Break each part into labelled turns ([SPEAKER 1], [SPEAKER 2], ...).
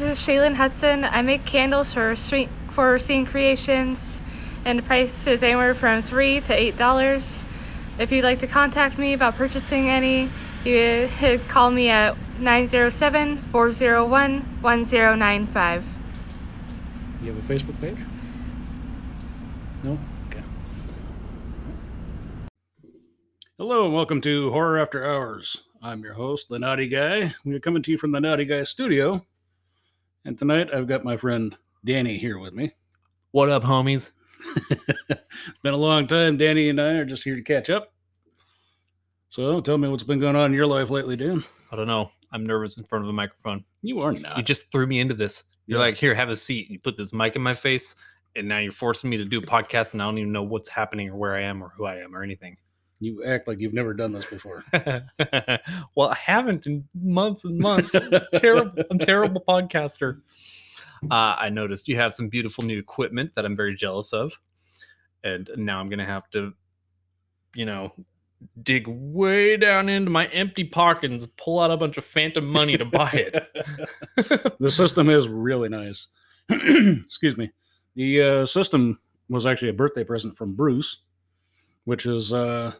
[SPEAKER 1] is Shaylin Hudson. I make candles for street, for Scene Creations, and the price is anywhere from three to eight dollars. If you'd like to contact me about purchasing any, you could call me at 907-401-1095.
[SPEAKER 2] Do you have a Facebook page? No? Okay. Hello and welcome to Horror After Hours. I'm your host, The Naughty Guy. We're coming to you from the Naughty Guy studio. And tonight I've got my friend Danny here with me.
[SPEAKER 3] What up, homies?
[SPEAKER 2] it's been a long time. Danny and I are just here to catch up. So tell me what's been going on in your life lately, Dan.
[SPEAKER 3] I don't know. I'm nervous in front of a microphone.
[SPEAKER 2] You are
[SPEAKER 3] You
[SPEAKER 2] not.
[SPEAKER 3] just threw me into this. You're
[SPEAKER 2] Yeah.
[SPEAKER 3] like, here, have a seat. You put this mic in my face, and now you're forcing me to do a podcast, and I don't even know what's happening or where I am or who I am or anything.
[SPEAKER 2] You act like you've never done this before.
[SPEAKER 3] well, I haven't in months and months. terrible. I'm a terrible podcaster. Uh, I noticed you have some beautiful new equipment that I'm very jealous of, and now I'm gonna have to, you know, dig way down into my empty pockets, pull out a bunch of phantom money to buy it.
[SPEAKER 2] the system is really nice. Excuse me. The uh, system was actually a birthday present from Bruce, which is uh,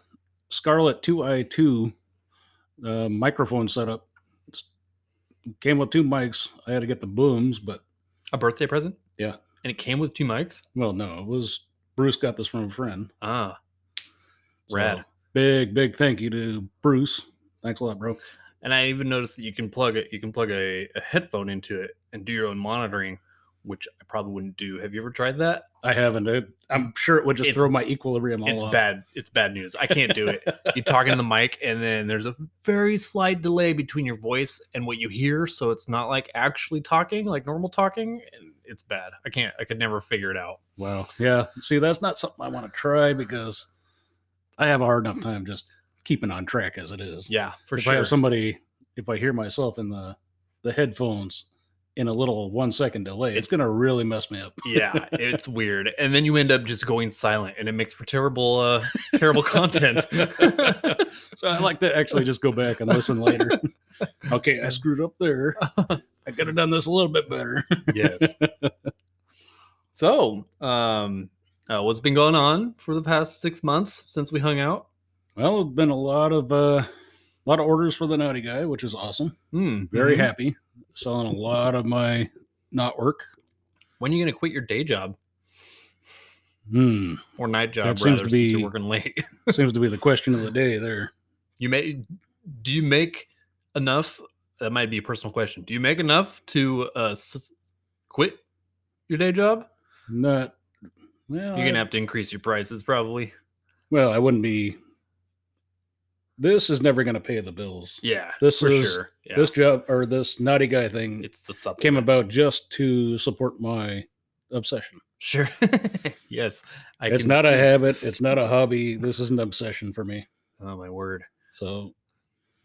[SPEAKER 2] Scarlet 2i2 uh, microphone setup. It's, came with two mics. I had to get the booms, but
[SPEAKER 3] a birthday present.
[SPEAKER 2] Yeah.
[SPEAKER 3] and it came with two mics.
[SPEAKER 2] well, no, it was Bruce got this from a friend.
[SPEAKER 3] Ah, Rad.
[SPEAKER 2] Big, big thank you to Bruce. Thanks a lot, bro.
[SPEAKER 3] and I even noticed that you can plug it. You can plug a, a headphone into it and do your own monitoring, which I probably wouldn't do. Have you ever tried that?
[SPEAKER 2] I haven't. It, I'm sure it would just
[SPEAKER 3] It's-
[SPEAKER 2] throw my equilibrium all
[SPEAKER 3] it's
[SPEAKER 2] off.
[SPEAKER 3] bad. It's bad news. I can't do it. You're talking to the mic, and then there's a very slight delay between your voice and what you hear, so it's not like actually talking, like normal talking. And it's bad. I can't. I could never figure it out.
[SPEAKER 2] Wow. Yeah. See, that's not something I want to try because I have a hard enough time just keeping on track as it is.
[SPEAKER 3] Yeah, for
[SPEAKER 2] if I
[SPEAKER 3] sure.
[SPEAKER 2] have somebody, if I hear myself in the the headphones in a little one second delay, it's gonna really mess me up.
[SPEAKER 3] yeah, it's weird. And then you end up just going silent, and it makes for terrible, uh, terrible content.
[SPEAKER 2] So I like to actually just go back and listen later. okay, I screwed up there. I could have done this a little bit better.
[SPEAKER 3] yes. So, um, uh, what's been going on for the past six months since we hung out?
[SPEAKER 2] Well, it's been a lot of uh, a lot of orders for the naughty guy, which is awesome.
[SPEAKER 3] Hmm,
[SPEAKER 2] Very
[SPEAKER 3] mhm.
[SPEAKER 2] happy. Selling a lot of my not work.
[SPEAKER 3] When are you going to quit your day job?
[SPEAKER 2] Hmm.
[SPEAKER 3] or night job
[SPEAKER 2] That
[SPEAKER 3] rather,
[SPEAKER 2] seems to
[SPEAKER 3] since
[SPEAKER 2] be-
[SPEAKER 3] you're working late.
[SPEAKER 2] Seems to be the question of the day there.
[SPEAKER 3] You may do you make enough? That might be a personal question. Do you make enough to uh, s- quit your day job?
[SPEAKER 2] Not well.
[SPEAKER 3] You're gonna
[SPEAKER 2] I-
[SPEAKER 3] have to increase your prices probably.
[SPEAKER 2] well, I wouldn't be. This is never going to pay the bills.
[SPEAKER 3] Yeah,
[SPEAKER 2] This
[SPEAKER 3] for
[SPEAKER 2] is-
[SPEAKER 3] sure. Yeah,
[SPEAKER 2] This job or this naughty guy thing
[SPEAKER 3] it's the supplement.
[SPEAKER 2] came about just to support my obsession.
[SPEAKER 3] Sure. yes, I
[SPEAKER 2] it's
[SPEAKER 3] can
[SPEAKER 2] not a
[SPEAKER 3] see-
[SPEAKER 2] habit. It's not a hobby. This is an obsession for me.
[SPEAKER 3] Oh my word.
[SPEAKER 2] So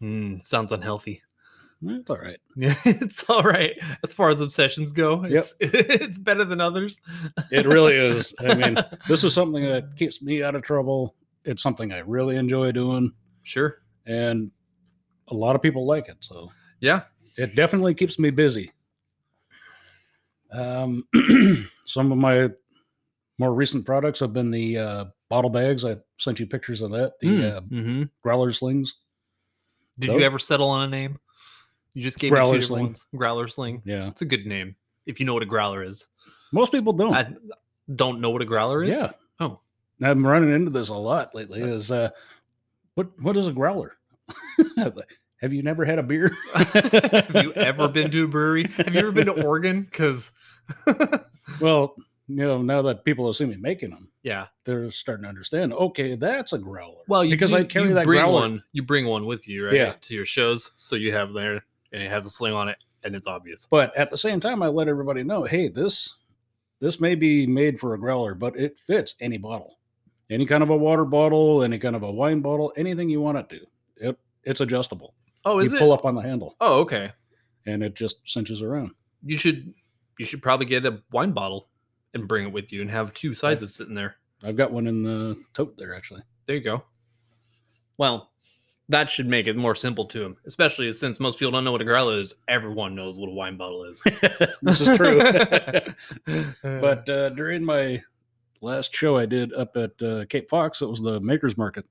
[SPEAKER 2] eh,
[SPEAKER 3] Hmm, sounds unhealthy.
[SPEAKER 2] it's all right.
[SPEAKER 3] Yeah, it's all right as far as obsessions go.
[SPEAKER 2] Yep.
[SPEAKER 3] It's it's better than others.
[SPEAKER 2] It really is. I mean, this is something that keeps me out of trouble. It's something I really enjoy doing,
[SPEAKER 3] sure.
[SPEAKER 2] and a lot of people like it. So
[SPEAKER 3] Yeah.
[SPEAKER 2] it definitely keeps me busy. Um, some of my more recent products have been the uh, bottle bags. I sent you pictures of that. The uh,
[SPEAKER 3] mm-hmm.
[SPEAKER 2] growler slings.
[SPEAKER 3] Did
[SPEAKER 2] So-
[SPEAKER 3] you ever settle on a name? You just gave me
[SPEAKER 2] Growler
[SPEAKER 3] two different
[SPEAKER 2] Sling.
[SPEAKER 3] ones. Growler Sling.
[SPEAKER 2] Yeah,
[SPEAKER 3] That's a good name. If you know what a growler is,
[SPEAKER 2] most people don't.
[SPEAKER 3] I don't know what a growler is.
[SPEAKER 2] Oh. yeah.
[SPEAKER 3] Oh.
[SPEAKER 2] I'm running into this a lot lately. Is uh, what what is a growler? Have you never had a beer?
[SPEAKER 3] Have you ever been to a brewery? Have you ever been to Oregon? Because
[SPEAKER 2] Well, you know, now that people have seen me making them,
[SPEAKER 3] yeah,
[SPEAKER 2] they're starting to understand. Okay, that's a growler.
[SPEAKER 3] well, you
[SPEAKER 2] because
[SPEAKER 3] do-
[SPEAKER 2] I carry
[SPEAKER 3] you
[SPEAKER 2] that
[SPEAKER 3] bring
[SPEAKER 2] growler.
[SPEAKER 3] one. You bring one with you, right?
[SPEAKER 2] Yeah.
[SPEAKER 3] To your shows, so you have there, and it has a sling on it, and it's obvious.
[SPEAKER 2] But at the same time, I let everybody know, hey, this this may be made for a growler, but it fits any bottle, any kind of a water bottle, any kind of a wine bottle, anything you want it to. It it's adjustable.
[SPEAKER 3] Oh, is
[SPEAKER 2] you
[SPEAKER 3] it?
[SPEAKER 2] pull up on the handle,
[SPEAKER 3] oh, okay.
[SPEAKER 2] and it just cinches around.
[SPEAKER 3] You should, you should probably get a wine bottle and bring it with you, and have two sizes sitting there.
[SPEAKER 2] I've got one in the tote there actually.
[SPEAKER 3] There you go. Well, That should make it more simple to them, especially since most people don't know what a growler is. Everyone knows what a wine bottle is.
[SPEAKER 2] this is true.
[SPEAKER 3] but
[SPEAKER 2] But uh, during my last show I did up at uh, Cape Fox, it was the Maker's Market.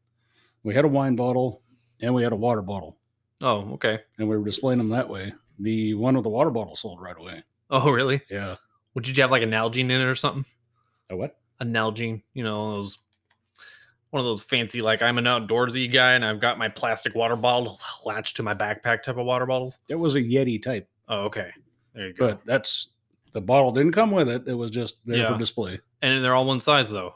[SPEAKER 2] We had a wine bottle and we had a water bottle,
[SPEAKER 3] oh, okay.
[SPEAKER 2] and we were displaying them that way. The one with the water bottle sold right away.
[SPEAKER 3] Oh, really?
[SPEAKER 2] Yeah.
[SPEAKER 3] Well, did you have like a Nalgene in it or something?
[SPEAKER 2] A what?
[SPEAKER 3] A Nalgene, you know, one of those one of those fancy like I'm an outdoorsy guy and I've got my plastic water bottle latched to my backpack type of water bottles.
[SPEAKER 2] It was a Yeti type,
[SPEAKER 3] Oh, okay. There you go.
[SPEAKER 2] but that's the bottle didn't come with it. It was just there
[SPEAKER 3] Yeah.
[SPEAKER 2] for display,
[SPEAKER 3] and they're all one size though.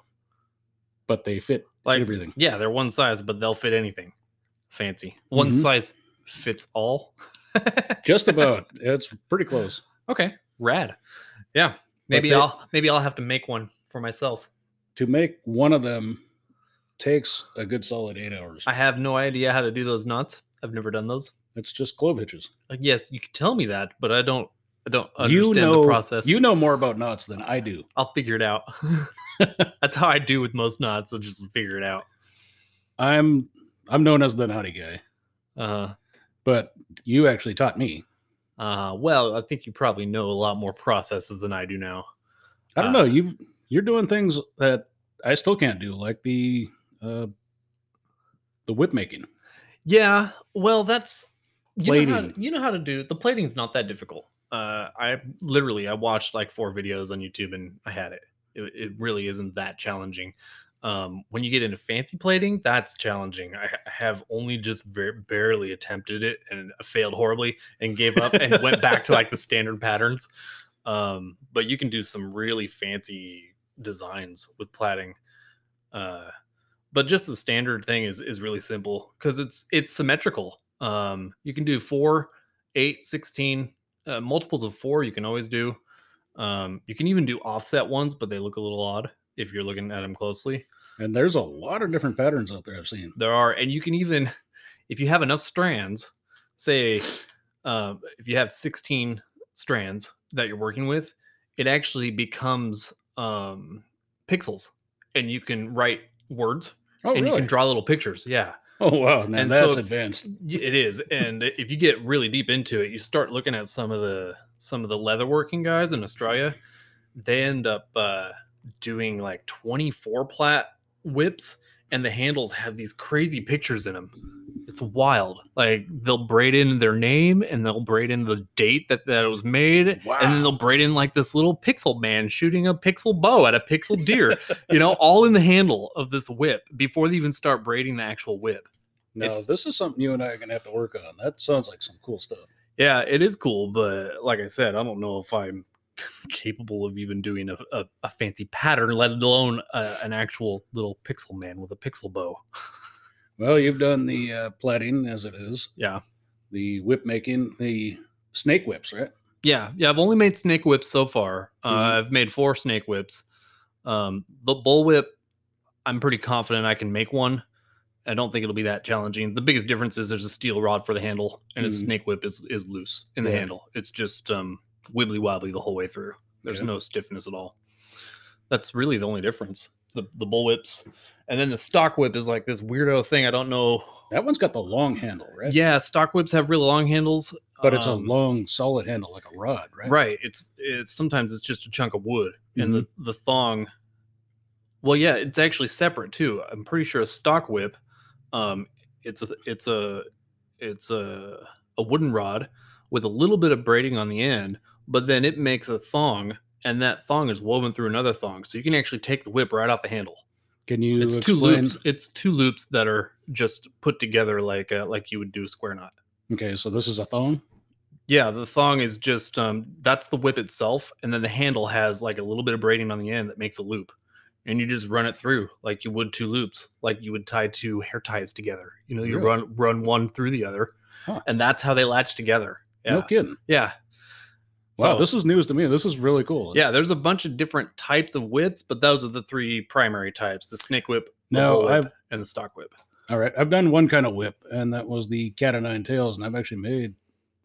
[SPEAKER 2] but they fit
[SPEAKER 3] Like
[SPEAKER 2] everything.
[SPEAKER 3] Yeah, they're one size, but they'll fit anything. Fancy. One
[SPEAKER 2] Mhm.
[SPEAKER 3] size fits all.
[SPEAKER 2] Just about. it's pretty close.
[SPEAKER 3] okay. Rad. Yeah. Maybe
[SPEAKER 2] they-
[SPEAKER 3] I'll maybe I'll have to make one for myself.
[SPEAKER 2] To make one of them takes a good solid eight hours.
[SPEAKER 3] I have no idea how to do those knots. I've never done those.
[SPEAKER 2] It's just clove hitches.
[SPEAKER 3] Like, yes, you could tell me that, but I don't. I don't understand
[SPEAKER 2] you know
[SPEAKER 3] the process.
[SPEAKER 2] You know more about knots than I do.
[SPEAKER 3] I'll figure it out. That's how I do with most knots. I'll just figure it out.
[SPEAKER 2] I'm I'm known as the naughty guy.
[SPEAKER 3] Uh,
[SPEAKER 2] but you actually taught me.
[SPEAKER 3] uh, well, I think you probably know a lot more processes than I do now.
[SPEAKER 2] I don't
[SPEAKER 3] Ah.
[SPEAKER 2] know. You you're doing things that I still can't do, like the uh, the whip making.
[SPEAKER 3] Yeah. Well, that's you know, how,
[SPEAKER 2] Plating.
[SPEAKER 3] you know how to do the plating's not that difficult. Uh, I literally I watched like four videos on YouTube and I had it. It, it really isn't that challenging. Um, when you get into fancy plating, that's challenging. I ha- have only just ver- barely attempted it and failed horribly and gave up and went back to like the standard patterns. Um, but you can do some really fancy designs with plating. Uh, but just the standard thing is is really simple because it's it's symmetrical um you can do four eight 16 uh, multiples of four you can always do um you can even do offset ones but they look a little odd if you're looking at them closely
[SPEAKER 2] And there's a lot of different patterns out there I've seen.
[SPEAKER 3] there are and you can even if you have enough strands say uh, if you have 16 strands that you're working with it actually becomes um pixels and you can write words
[SPEAKER 2] Oh
[SPEAKER 3] and you
[SPEAKER 2] really?
[SPEAKER 3] can draw little pictures yeah
[SPEAKER 2] oh wow! Now
[SPEAKER 3] and so
[SPEAKER 2] that's
[SPEAKER 3] if-
[SPEAKER 2] advanced.
[SPEAKER 3] Y- it is and if you get really deep into it you start looking at some of the some of the leatherworking guys in australia they end up uh, doing like 24 plat whips and the handles have these crazy pictures in them it's wild like they'll braid in their name and they'll braid in the date that, that it was made and then they'll braid in like this little pixel man shooting a pixel bow at a pixel deer you know all in the handle of this whip before they even start braiding the actual whip
[SPEAKER 2] Now
[SPEAKER 3] it's-
[SPEAKER 2] this is something you and I are gonna have to work on. That sounds like some cool stuff.
[SPEAKER 3] Yeah, it is cool, but like I said, I don't know if I'm capable of even doing a, a, a fancy pattern, let alone uh, an actual little pixel man with a pixel bow.
[SPEAKER 2] Well, you've done the uh, plaiting as it is,
[SPEAKER 3] Yeah,
[SPEAKER 2] the whip making, the snake whips, right?
[SPEAKER 3] yeah, yeah. I've only made snake whips so far. Uh,
[SPEAKER 2] Mhm.
[SPEAKER 3] I've made four snake whips. Um, the bull whip, I'm pretty confident I can make one. I don't think it'll be that challenging. The biggest difference is there's a steel rod for the handle, and a
[SPEAKER 2] Mhm.
[SPEAKER 3] snake whip is is loose in the
[SPEAKER 2] Yeah.
[SPEAKER 3] handle. It's just um, wibbly wobbly the whole way through. There's
[SPEAKER 2] Yeah.
[SPEAKER 3] no stiffness at all. That's really the only difference. The the bull whips, and then the stock whip is like this weirdo thing. I don't know.
[SPEAKER 2] That one's got the long handle, right?
[SPEAKER 3] Yeah, stock whips have really long handles,
[SPEAKER 2] But it's
[SPEAKER 3] um,
[SPEAKER 2] a long, solid handle, like a rod, right? Mm-hmm.
[SPEAKER 3] Right. It's it's sometimes it's just a chunk of wood and the the thong. Well, yeah, it's actually separate too. I'm pretty sure a stock whip, um, it's a it's a it's a a wooden rod with a little bit of braiding on the end, but then it makes a thong, and that thong is woven through another thong, so you can actually take the whip right off the handle.
[SPEAKER 2] Can you
[SPEAKER 3] it's two
[SPEAKER 2] explain?
[SPEAKER 3] loops. It's two loops that are just put together like uh, like you would do a square knot.
[SPEAKER 2] Okay, so this is a thong.
[SPEAKER 3] Yeah, the thong is just um that's the whip itself, and then the handle has like a little bit of braiding on the end that makes a loop. And you just run it through like you would two loops, like you would tie two hair ties together. You know, you
[SPEAKER 2] Really?
[SPEAKER 3] run run one through the other,
[SPEAKER 2] Huh.
[SPEAKER 3] and that's how they latch together. Yeah,
[SPEAKER 2] No kidding.
[SPEAKER 3] yeah,
[SPEAKER 2] Wow,
[SPEAKER 3] So-
[SPEAKER 2] this is news to me. This is really cool.
[SPEAKER 3] yeah. There's a bunch of different types of whips, but those are the three primary types: the snake whip, the bull
[SPEAKER 2] No,
[SPEAKER 3] whip,
[SPEAKER 2] I've
[SPEAKER 3] and the stock whip.
[SPEAKER 2] all right. I've done one kind of whip, and that was the cat o' nine tails, and I've actually made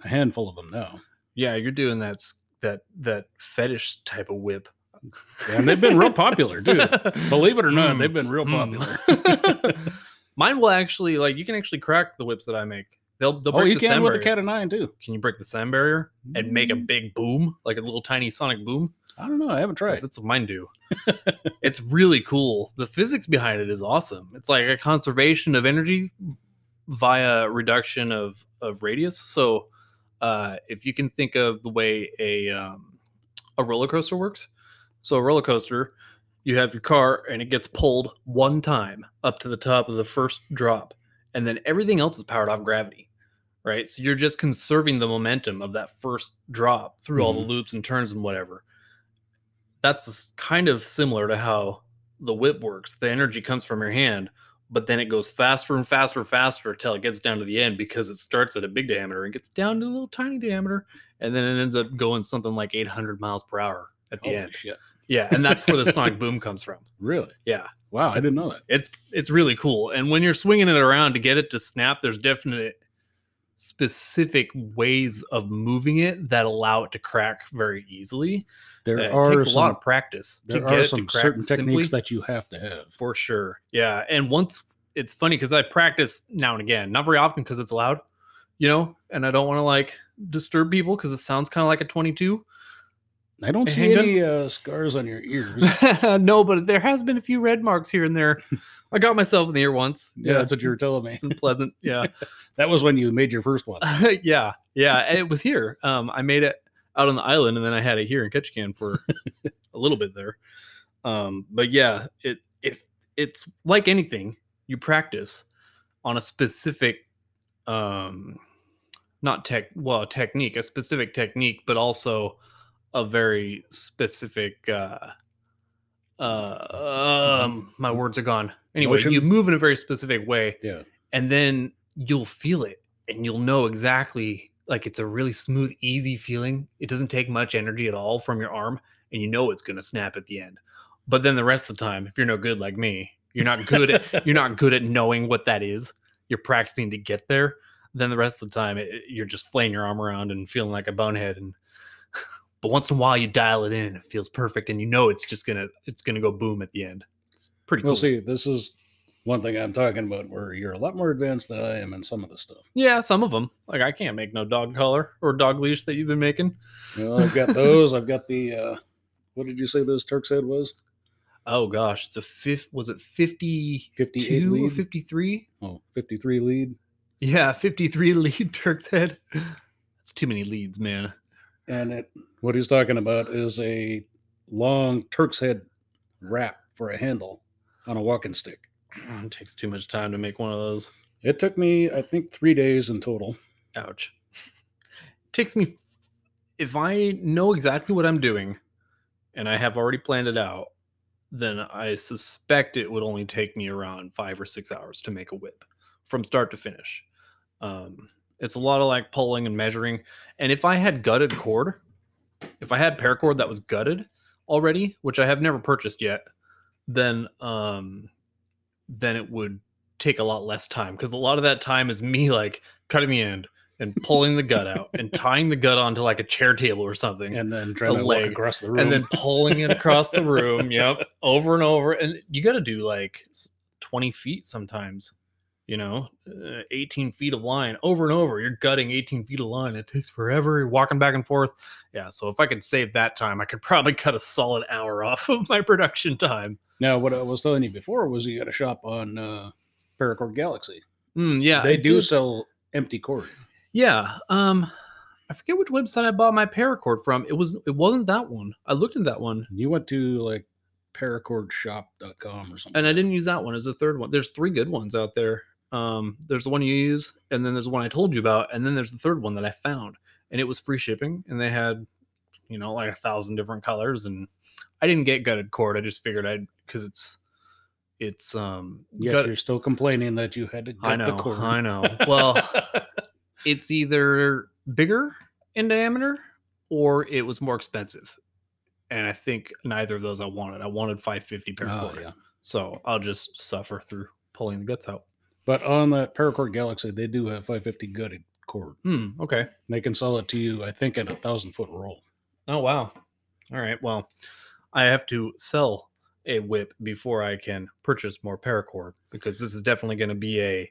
[SPEAKER 2] a handful of them now.
[SPEAKER 3] Yeah, you're doing that s- that that fetish type of whip.
[SPEAKER 2] And they've been real popular, too. Believe it or not,
[SPEAKER 3] Mm,
[SPEAKER 2] Hmm. they've been real
[SPEAKER 3] mm.
[SPEAKER 2] popular.
[SPEAKER 3] Mine will actually like you can actually crack the whips that I make. They'll they'll
[SPEAKER 2] Oh,
[SPEAKER 3] break
[SPEAKER 2] you
[SPEAKER 3] the
[SPEAKER 2] can
[SPEAKER 3] sound
[SPEAKER 2] with a Mm.
[SPEAKER 3] barrier.
[SPEAKER 2] cat of nine too.
[SPEAKER 3] Can you break the sound barrier and make a big boom, like a little tiny sonic boom?
[SPEAKER 2] I don't know. I haven't
[SPEAKER 3] 'Cause
[SPEAKER 2] tried.
[SPEAKER 3] That's what mine do. it's really cool. The physics behind it is awesome. It's like a conservation of energy via reduction of of radius. So uh, if you can think of the way a um, a roller coaster works, so a roller coaster, you have your car and it gets pulled one time up to the top of the first drop, and then everything else is powered off gravity. Right, so you're just conserving the momentum of that first drop through all the
[SPEAKER 2] Mhm.
[SPEAKER 3] loops and turns and whatever. That's s- kind of similar to how the whip works. The energy comes from your hand, but then it goes faster and faster and faster till it gets down to the end because it starts at a big diameter and gets down to a little tiny diameter and then it ends up going something like 800 miles per hour at the
[SPEAKER 2] Holy
[SPEAKER 3] end
[SPEAKER 2] shit!
[SPEAKER 3] yeah and that's where the sonic boom comes from
[SPEAKER 2] Really?
[SPEAKER 3] yeah
[SPEAKER 2] Wow, I didn't know that.
[SPEAKER 3] it's it's really cool and when you're swinging it around to get it to snap there's definite specific ways of moving it that allow it to crack very easily
[SPEAKER 2] There
[SPEAKER 3] Uh, it
[SPEAKER 2] are
[SPEAKER 3] takes a lot
[SPEAKER 2] some
[SPEAKER 3] of practice
[SPEAKER 2] there
[SPEAKER 3] it
[SPEAKER 2] are
[SPEAKER 3] to
[SPEAKER 2] some
[SPEAKER 3] crack
[SPEAKER 2] certain
[SPEAKER 3] simply.
[SPEAKER 2] techniques that you have to have.
[SPEAKER 3] for sure. Yeah, and once it's funny because I practice now and again, not very often because it's loud, you know, and I don't want to like disturb people because it sounds kind of like a twenty-two.
[SPEAKER 2] I don't
[SPEAKER 3] A
[SPEAKER 2] see
[SPEAKER 3] handgun?
[SPEAKER 2] any uh, scars on your ears.
[SPEAKER 3] no, but there has been a few red marks here and there. I got myself in the ear once.
[SPEAKER 2] yeah, that's what you were telling me.
[SPEAKER 3] it's unpleasant. Yeah,
[SPEAKER 2] That was when you made your first one.
[SPEAKER 3] yeah, yeah. And it was here. Um, I made it out on the island, and then I had it here in Ketchikan for a little bit there. Um, but yeah, it it it's like anything you practice on a specific, um, not tech well technique, a specific technique, but also a very specific. Uh, uh, um, my words are gone. Anyway,
[SPEAKER 2] Motion?
[SPEAKER 3] you move in a very specific way
[SPEAKER 2] Yeah.
[SPEAKER 3] and then you'll feel it and you'll know exactly like it's a really smooth easy feeling it doesn't take much energy at all from your arm and you know it's going to snap at the end but then the rest of the time if you're no good like me you're not good at you're not good at knowing what that is you're practicing to get there then the rest of the time it, it- you're just flaying your arm around and feeling like a bonehead and but once in a while you dial it in and it feels perfect and you know it's just going to it's going to go boom at the end it's pretty
[SPEAKER 2] We'll
[SPEAKER 3] cool
[SPEAKER 2] see. This is one thing I'm talking about where you're a lot more advanced than I am in some of this stuff.
[SPEAKER 3] Yeah, some of them. Like I can't make no dog collar or dog leash that you've been making.
[SPEAKER 2] You know, I've got those. I've got the, uh, what did you say those Turk's head was?
[SPEAKER 3] Oh gosh, it's a fifth. Was it fifty
[SPEAKER 2] 58
[SPEAKER 3] two or
[SPEAKER 2] lead?
[SPEAKER 3] fifty three?
[SPEAKER 2] Oh, 53 lead.
[SPEAKER 3] Yeah, fifty three lead Turk's head. That's too many leads, man.
[SPEAKER 2] And it, what he's talking about is a long Turk's head wrap for a handle on a walking stick.
[SPEAKER 3] Mm, It takes too much time to make one of those.
[SPEAKER 2] It took me, I think, three days in total.
[SPEAKER 3] Ouch. takes me if I know exactly what I'm doing and I have already planned it out, then I suspect it would only take me around 5 or 6 hours to make a whip from start to finish. Um it's a lot of like pulling and measuring. And if I had gutted cord, if I had paracord that was gutted already, which I have never purchased yet, then um then it would take a lot less time because a lot of that time is me like cutting the end and pulling the gut out and tying the gut onto like a chair table or something
[SPEAKER 2] And then trying to
[SPEAKER 3] leg,
[SPEAKER 2] walk across the room.
[SPEAKER 3] and then pulling it across the room yep over and over and you got to do like s- 20 feet sometimes you know uh, 18 feet of line over and over you're gutting 18 feet of line it takes forever you're walking back and forth yeah so if i could save that time i could probably cut a solid hour off of my production time
[SPEAKER 2] Now, what I was telling you before was you got a shop on uh, Paracord Galaxy.
[SPEAKER 3] Mm, yeah I
[SPEAKER 2] they do
[SPEAKER 3] did-
[SPEAKER 2] sell empty cord.
[SPEAKER 3] Yeah. Um I forget which website I bought my paracord from. It was it wasn't that one. I looked at that one
[SPEAKER 2] You went to like paracordshop.com or something.
[SPEAKER 3] and I didn't use that one. It was the third one. There's three good ones out there. Um there's the one you use and then there's the one I told you about and then there's the third one that I found and it was free shipping and they had you know like a thousand different colors and I didn't get gutted cord. I just figured I'd cuz it's it's um
[SPEAKER 2] Yet
[SPEAKER 3] gut-
[SPEAKER 2] you're still complaining that you had to
[SPEAKER 3] I
[SPEAKER 2] gut
[SPEAKER 3] know.
[SPEAKER 2] the cord.
[SPEAKER 3] I know. Well, it's either bigger in diameter or it was more expensive. And I think neither of those I wanted. I wanted 550
[SPEAKER 2] Oh,
[SPEAKER 3] paracord.
[SPEAKER 2] yeah.
[SPEAKER 3] So I'll just suffer through pulling the guts out.
[SPEAKER 2] But on that Paracord Galaxy, they do have 550 gutted cord.
[SPEAKER 3] Hmm. Okay.
[SPEAKER 2] They can sell it to you, I think, in a thousand foot roll.
[SPEAKER 3] Oh, wow. All right. Well, I have to sell a whip before I can purchase more paracord because this is definitely going to be a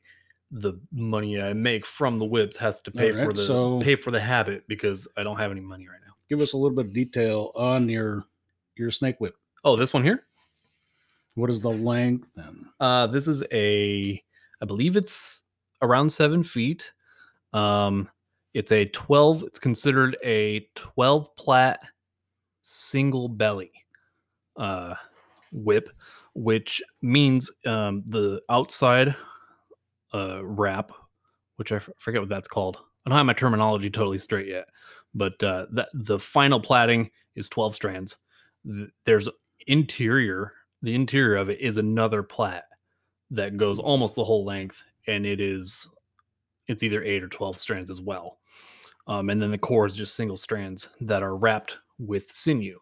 [SPEAKER 3] the money I make from the whips has to pay for
[SPEAKER 2] Alright,
[SPEAKER 3] the
[SPEAKER 2] so-
[SPEAKER 3] pay for the habit because I don't have any money right now.
[SPEAKER 2] Give us a little bit of detail on your your snake whip.
[SPEAKER 3] Oh, this one here.
[SPEAKER 2] What is the length and
[SPEAKER 3] Uh, this is a, I believe it's around seven feet. Um, it's a 12, it's considered a 12 plat single belly uh, whip, which means um, the outside uh, wrap, which I f- forget what that's called. I don't have my terminology totally straight yet, but uh, that the final platting is 12 strands. Th- There's interior the interior of it is another plat that goes almost the whole length and it is it's either 8 or 12 strands as well um, and then the core is just single strands that are wrapped with sinew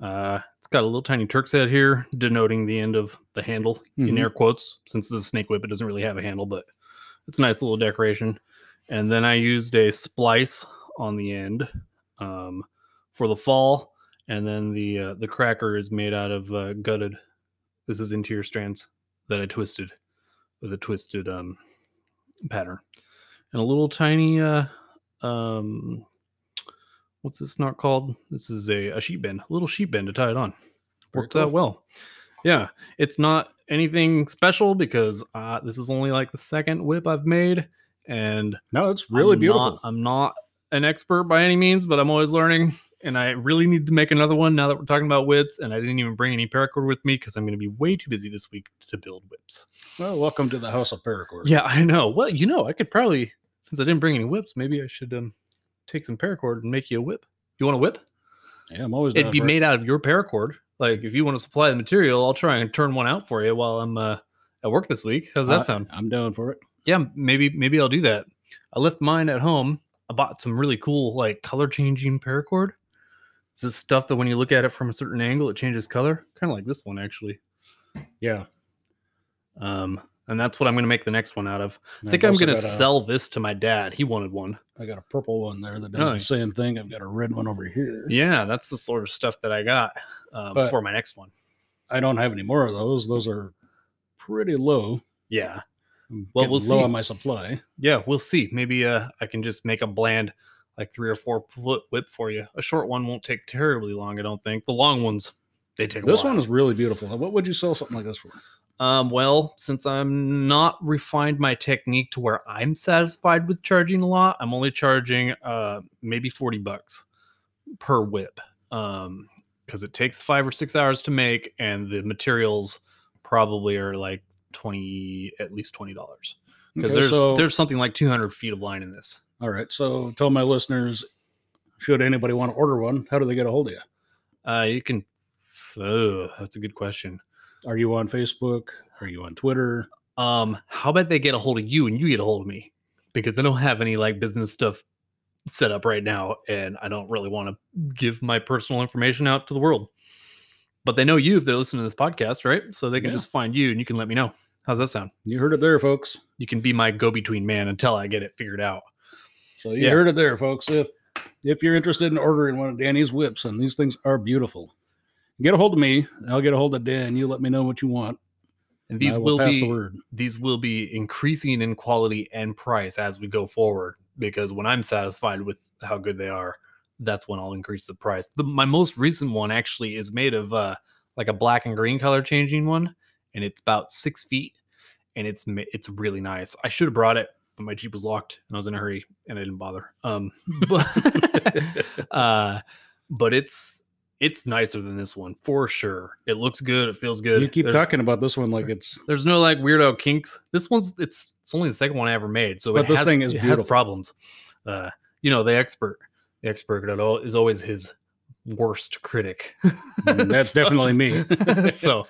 [SPEAKER 3] uh, it's got a little tiny turk's head here denoting the end of the handle in
[SPEAKER 2] Mhm.
[SPEAKER 3] air quotes since it's a snake whip it doesn't really have a handle but it's a nice little decoration and then i used a splice on the end um, for the fall and then the uh, the cracker is made out of uh, gutted. This is interior strands that I twisted with a twisted um, pattern, and a little tiny uh, um, what's this not called? This is a, a sheep bend, a little sheep bend to tie it on.
[SPEAKER 2] Very
[SPEAKER 3] Worked out
[SPEAKER 2] cool.
[SPEAKER 3] well. Yeah, it's not anything special because uh, this is only like the second whip I've made, and
[SPEAKER 2] no, it's really
[SPEAKER 3] I'm
[SPEAKER 2] beautiful.
[SPEAKER 3] Not, I'm not an expert by any means, but I'm always learning. And I really need to make another one now that we're talking about whips. And I didn't even bring any paracord with me because I'm going to be way too busy this week to build whips.
[SPEAKER 2] Well, welcome to the House of Paracord.
[SPEAKER 3] Yeah, I know. Well, you know, I could probably, since I didn't bring any whips, maybe I should um, take some paracord and make you a whip. You want a whip?
[SPEAKER 2] Yeah, I'm always
[SPEAKER 3] It'd
[SPEAKER 2] down
[SPEAKER 3] be
[SPEAKER 2] for it.
[SPEAKER 3] made out of your paracord. Like if you want to supply the material, I'll try and turn one out for you while I'm uh, at work this week. How's that
[SPEAKER 2] Uh,
[SPEAKER 3] sound?
[SPEAKER 2] I'm down for it.
[SPEAKER 3] yeah, maybe maybe I'll do that. I left mine at home. I bought some really cool like color changing paracord. It's this stuff that when you look at it from a certain angle, it changes color, kind of like this one actually.
[SPEAKER 2] Yeah.
[SPEAKER 3] Um, and that's what I'm gonna make the next one out of. I
[SPEAKER 2] And
[SPEAKER 3] think
[SPEAKER 2] I've
[SPEAKER 3] I'm
[SPEAKER 2] also
[SPEAKER 3] gonna
[SPEAKER 2] got a-
[SPEAKER 3] sell this to my dad. He wanted one.
[SPEAKER 2] I got a purple one there that does the
[SPEAKER 3] Nice.
[SPEAKER 2] same thing. I've got a red one over here.
[SPEAKER 3] Yeah, that's the sort of stuff that I got um,
[SPEAKER 2] But-
[SPEAKER 3] for my next one.
[SPEAKER 2] I don't have any more of those. Those are pretty low.
[SPEAKER 3] Yeah,
[SPEAKER 2] I'm
[SPEAKER 3] Well,
[SPEAKER 2] getting
[SPEAKER 3] we'll
[SPEAKER 2] low
[SPEAKER 3] see.
[SPEAKER 2] on my supply.
[SPEAKER 3] yeah, we'll see. Maybe uh, I can just make a bland, like three or four foot whip for you. A short one won't take terribly long, I don't think. The long ones, they take.
[SPEAKER 2] This
[SPEAKER 3] a while.
[SPEAKER 2] one is really beautiful. What would you sell something like this for?
[SPEAKER 3] Um, well, since I'm not refined my technique to where I'm satisfied with charging a lot, I'm only charging uh maybe 40 bucks per whip. Um, because it takes five or six hours to make, and the materials probably are like 20 at least 20 dollars. Because
[SPEAKER 2] Okay,
[SPEAKER 3] there's
[SPEAKER 2] so-
[SPEAKER 3] there's something like 200 feet of line in this.
[SPEAKER 2] all right. So tell my listeners, should anybody want to order one, how do they get a hold of you?
[SPEAKER 3] Uh, you can, oh, that's a good question.
[SPEAKER 2] Are you on Facebook? Are you on Twitter?
[SPEAKER 3] um how about they get a hold of you and you get a hold of me because i don't have any like business stuff set up right now and i don't really want to give my personal information out to the world but they know you if they're listening to this podcast right so they can
[SPEAKER 2] Yeah.
[SPEAKER 3] just find you and you can let me know how's that sound
[SPEAKER 2] You heard it there, folks.
[SPEAKER 3] you can be my go-between man until i get it figured out
[SPEAKER 2] So you
[SPEAKER 3] Yeah.
[SPEAKER 2] heard it there, folks. If if you're interested in ordering one of Danny's whips, and these things are beautiful, get a hold of me. and I'll get a hold of Dan. You let me know what you want. and
[SPEAKER 3] and these
[SPEAKER 2] I
[SPEAKER 3] will,
[SPEAKER 2] pass
[SPEAKER 3] be
[SPEAKER 2] the word.
[SPEAKER 3] these will be increasing in quality and price as we go forward because when i'm satisfied with how good they are that's when i'll increase the price the, my most recent one actually is made of uh like a black and green color changing one and it's about six feet and it's ma- it's really nice i should have brought it but my jeep was locked and i was in a hurry and i didn't bother um but uh but it's it's nicer than this one for sure it looks good it feels good
[SPEAKER 2] You keep
[SPEAKER 3] There's-
[SPEAKER 2] talking about this one like it's
[SPEAKER 3] there's no like weirdo kinks. This one's it's it's only the second one I ever made, so
[SPEAKER 2] But
[SPEAKER 3] it
[SPEAKER 2] this
[SPEAKER 3] has,
[SPEAKER 2] thing is
[SPEAKER 3] it has
[SPEAKER 2] beautiful.
[SPEAKER 3] problems. Uh, you know the expert, the expert at all is always his worst critic.
[SPEAKER 2] Mm, that's definitely me.
[SPEAKER 3] so,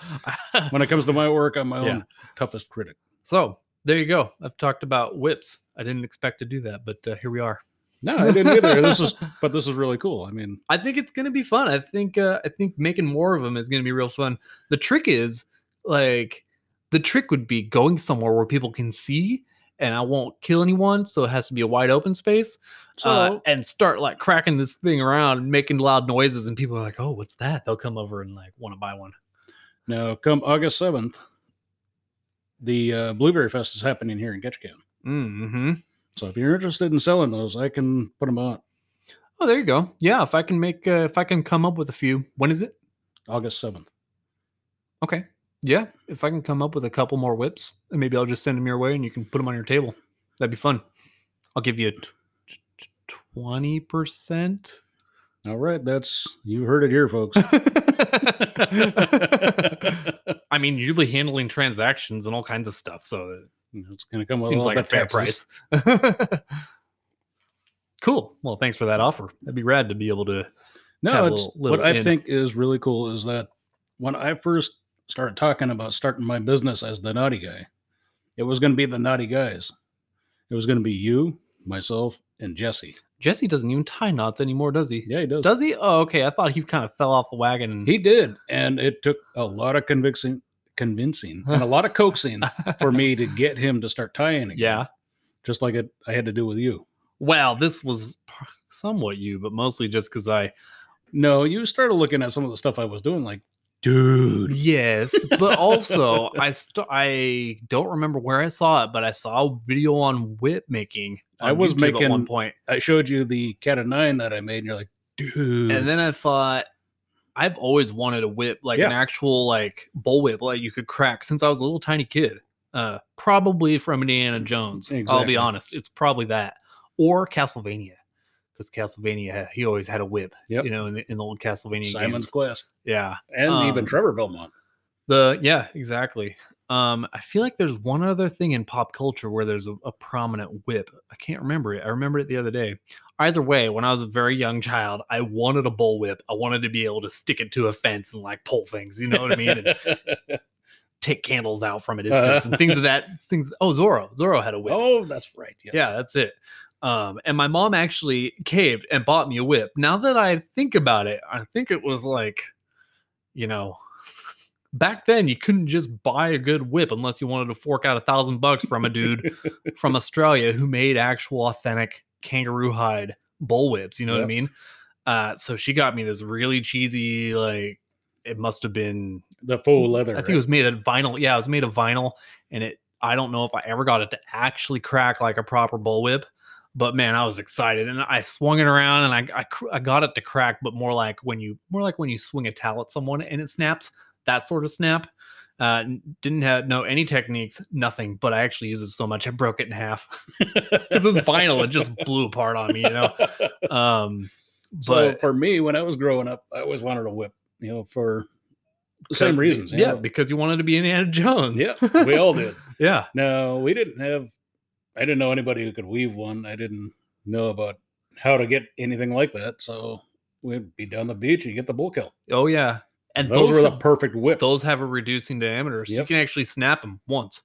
[SPEAKER 2] when it comes to my work, I'm my
[SPEAKER 3] Yeah.
[SPEAKER 2] own toughest critic.
[SPEAKER 3] so there you go. I've talked about whips. I didn't expect to do that, but uh, here we are.
[SPEAKER 2] No, I didn't either. This is, but this is really cool. I mean,
[SPEAKER 3] I think it's gonna be fun. I think uh, I think making more of them is gonna be real fun. The trick is like the trick would be going somewhere where people can see, and I won't kill anyone, so it has to be a wide open space.
[SPEAKER 2] so
[SPEAKER 3] uh, and start like cracking this thing around, and making loud noises, and people are like, "Oh, what's that?" They'll come over and like want to buy one.
[SPEAKER 2] Now, come August 7th, the uh, Blueberry Fest is happening here in Ketchikan.
[SPEAKER 3] Mm-hmm.
[SPEAKER 2] So if you're interested in selling those, I can put them out
[SPEAKER 3] Oh, there you go. Yeah, if I can make, uh, if I can come up with a few. When is it?
[SPEAKER 2] August 7th.
[SPEAKER 3] Okay. Yeah, if I can come up with a couple more whips, and maybe I'll just send them your way, and you can put them on your table. That'd be fun. I'll give you twenty percent.
[SPEAKER 2] All right, that's you heard it here, folks.
[SPEAKER 3] I mean, you'll be handling transactions and all kinds of stuff, so
[SPEAKER 2] it's going to come
[SPEAKER 3] it
[SPEAKER 2] with
[SPEAKER 3] seems
[SPEAKER 2] a
[SPEAKER 3] like a
[SPEAKER 2] lot
[SPEAKER 3] fair
[SPEAKER 2] of taxes.
[SPEAKER 3] price. cool. Well, thanks for that offer. That'd be rad to be able to. have
[SPEAKER 2] No,
[SPEAKER 3] a
[SPEAKER 2] it's
[SPEAKER 3] little- little
[SPEAKER 2] what I
[SPEAKER 3] in.
[SPEAKER 2] think is really cool is that when I first started talking about starting my business as the naughty guy, it was going to be the naughty guys. It was going to be you, myself, and Jesse.
[SPEAKER 3] Jesse doesn't even tie knots anymore, does he?
[SPEAKER 2] Yeah, he does.
[SPEAKER 3] Does he? Oh, okay. I thought he kind of fell off the wagon. and-
[SPEAKER 2] He did, and it took a lot of convincing, convincing, and a lot of coaxing for me to get him to start tying again.
[SPEAKER 3] yeah.
[SPEAKER 2] just like it, I had to do with you.
[SPEAKER 3] Well, this was par- somewhat you, but mostly just because I.
[SPEAKER 2] No, you started looking at some of the stuff I was doing, like, dude,
[SPEAKER 3] Yes, but also I st- I don't remember where I saw it, but I saw a video on whip making.
[SPEAKER 2] I
[SPEAKER 3] on
[SPEAKER 2] was
[SPEAKER 3] YouTube at one
[SPEAKER 2] making-
[SPEAKER 3] point,
[SPEAKER 2] I showed you the cat of nine that I made, and you're like, dude,
[SPEAKER 3] and then I thought I've always wanted a whip, like an
[SPEAKER 2] Yeah.
[SPEAKER 3] actual like bull whip, like you could crack since I was a little tiny kid. Uh, probably from Indiana Jones. I'll
[SPEAKER 2] Exactly.
[SPEAKER 3] be honest, it's probably that or Castlevania, because Castlevania he always had a whip.
[SPEAKER 2] Yep.
[SPEAKER 3] you know, in the, in the old Castlevania
[SPEAKER 2] Simon's
[SPEAKER 3] games.
[SPEAKER 2] Quest,
[SPEAKER 3] Yeah,
[SPEAKER 2] and even
[SPEAKER 3] Um,
[SPEAKER 2] Trevor Belmont.
[SPEAKER 3] The yeah, exactly. Um, I feel like there's one other thing in pop culture where there's a, a prominent whip. I can't remember it. I remembered it the other day. Either way, when I was a very young child, I wanted a bull whip. I wanted to be able to stick it to a fence and like pull things, you know what I mean? And take candles out from a distance and things of that things. Oh, Zorro. Zorro had a whip.
[SPEAKER 2] oh, that's right. Yes.
[SPEAKER 3] Yeah, that's it. Um, and my mom actually caved and bought me a whip. Now that I think about it, I think it was like, you know, back then you couldn't just buy a good whip unless you wanted to fork out a thousand bucks from a dude from Australia who made actual authentic kangaroo hide bull whips. You know what I
[SPEAKER 2] Yep.
[SPEAKER 3] mean? Uh, so she got me this really cheesy, like it must have been
[SPEAKER 2] the faux leather.
[SPEAKER 3] I think it was made of vinyl. Yeah, it was made of vinyl, and it. I don't know if I ever got it to actually crack like a proper bullwhip, but man, I was excited and I swung it around and I I, cr- I got it to crack, but more like when you more like when you swing a towel at someone and it snaps that sort of snap. Uh, n- didn't have no any techniques, nothing. But I actually used it so much I broke it in half. it was vinyl; it just blew apart on me, you know. Um,
[SPEAKER 2] so
[SPEAKER 3] but
[SPEAKER 2] for me, when I was growing up, I always wanted a whip. You know, for the same
[SPEAKER 3] because-
[SPEAKER 2] reasons. you
[SPEAKER 3] yeah,
[SPEAKER 2] know.
[SPEAKER 3] because you wanted to be Indiana Jones.
[SPEAKER 2] yeah, we all did.
[SPEAKER 3] yeah.
[SPEAKER 2] No, we didn't have. I didn't know anybody who could weave one. I didn't know about how to get anything like that. So we'd be down the beach and get the bull kill.
[SPEAKER 3] Oh yeah, and
[SPEAKER 2] Those,
[SPEAKER 3] those,
[SPEAKER 2] were the
[SPEAKER 3] have,
[SPEAKER 2] perfect whip.
[SPEAKER 3] those have a reducing diameter, so you
[SPEAKER 2] Yep.
[SPEAKER 3] can actually snap them once.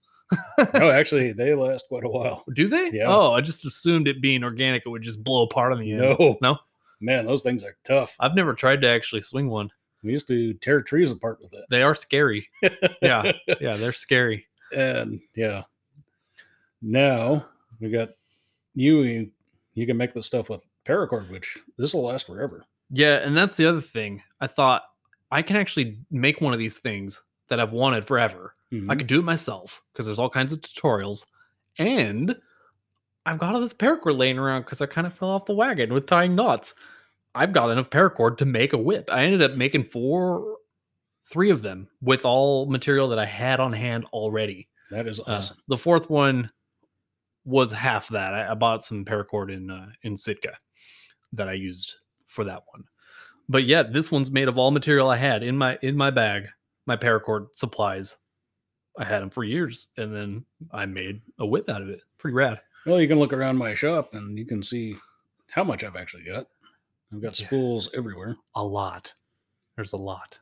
[SPEAKER 2] no, actually, they last quite a while.
[SPEAKER 3] Do they?
[SPEAKER 2] Yeah.
[SPEAKER 3] Oh, I just assumed it being organic, it would just blow apart on the end.
[SPEAKER 2] No,
[SPEAKER 3] No?
[SPEAKER 2] man, those things are tough.
[SPEAKER 3] I've never tried to actually swing one.
[SPEAKER 2] We used to tear trees apart with it.
[SPEAKER 3] They are scary. yeah, yeah, they're scary.
[SPEAKER 2] And yeah, now we got you. You, you can make this stuff with paracord, which this will last forever.
[SPEAKER 3] Yeah, and that's the other thing. I thought I can actually make one of these things that I've wanted forever. I
[SPEAKER 2] Mhm.
[SPEAKER 3] could do it myself because there's all kinds of tutorials, and I've got all this paracord laying around because I kind of fell off the wagon with tying knots. I've got enough paracord to make a whip. I ended up making four, three of them with all material that I had on hand already.
[SPEAKER 2] that is
[SPEAKER 3] Uh,
[SPEAKER 2] awesome.
[SPEAKER 3] the fourth one was half that. I, I bought some paracord in uh, in Sitka that I used for that one. But yeah, this one's made of all material I had in my in my bag, my paracord supplies. I had them for years, and then I made a whip out of it. Pretty rad.
[SPEAKER 2] Well, you can look around my shop and you can see how much I've actually got. I've got
[SPEAKER 3] Yeah.
[SPEAKER 2] spools everywhere.
[SPEAKER 3] A lot. There's a lot.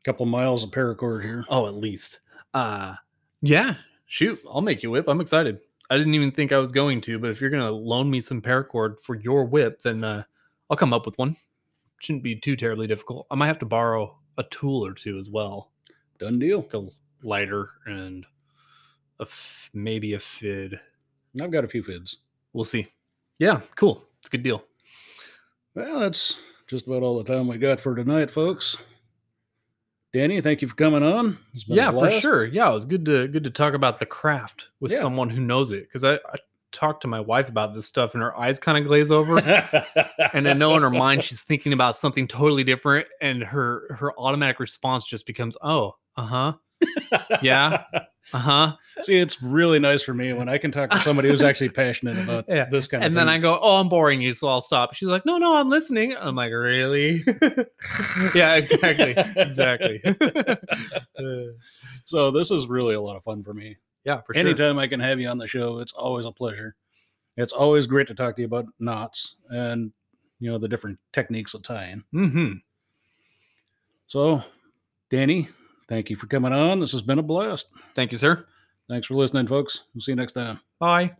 [SPEAKER 2] A couple miles of paracord here.
[SPEAKER 3] Oh, at least. Uh yeah. Shoot, I'll make you whip. I'm excited. I didn't even think I was going to, but if you're gonna loan me some paracord for your whip, then uh I'll come up with one. Shouldn't be too terribly difficult. I might have to borrow a tool or two as well.
[SPEAKER 2] Done deal.
[SPEAKER 3] Like a lighter and a f- maybe a fid.
[SPEAKER 2] I've got a few fids.
[SPEAKER 3] We'll see. Yeah, cool. It's a good deal.
[SPEAKER 2] Well, that's just about all the time we got for tonight, folks. Danny, thank you for coming on. It's been a
[SPEAKER 3] yeah, for
[SPEAKER 2] blast.
[SPEAKER 3] sure. Yeah, it was good to good to talk about the craft with
[SPEAKER 2] Yeah.
[SPEAKER 3] someone who knows it because I, I talked to my wife about this stuff and her eyes kind of glaze over. and I know in her mind she's thinking about something totally different, and her her automatic response just becomes, "Oh, uh huh, yeah, uh huh,"
[SPEAKER 2] See, it's really nice for me when I can talk to somebody who's actually passionate about
[SPEAKER 3] Yeah.
[SPEAKER 2] this kind
[SPEAKER 3] and
[SPEAKER 2] of
[SPEAKER 3] then I
[SPEAKER 2] thing.
[SPEAKER 3] go, "Oh, I'm boring you, so I'll stop." She's like, "No, no, I'm listening." I'm like, "Really?" yeah, exactly, exactly. Uh,
[SPEAKER 2] so this is really a lot of fun for me.
[SPEAKER 3] yeah, for sure.
[SPEAKER 2] Anytime I can have you on the show, it's always a pleasure. It's always great to talk to you about knots and you know the different techniques of tying.
[SPEAKER 3] Mm-hmm.
[SPEAKER 2] So, Danny, thank you for coming on. This has been a blast.
[SPEAKER 3] Thank you, sir.
[SPEAKER 2] Thanks for listening, folks. We'll see you next time.
[SPEAKER 3] Bye.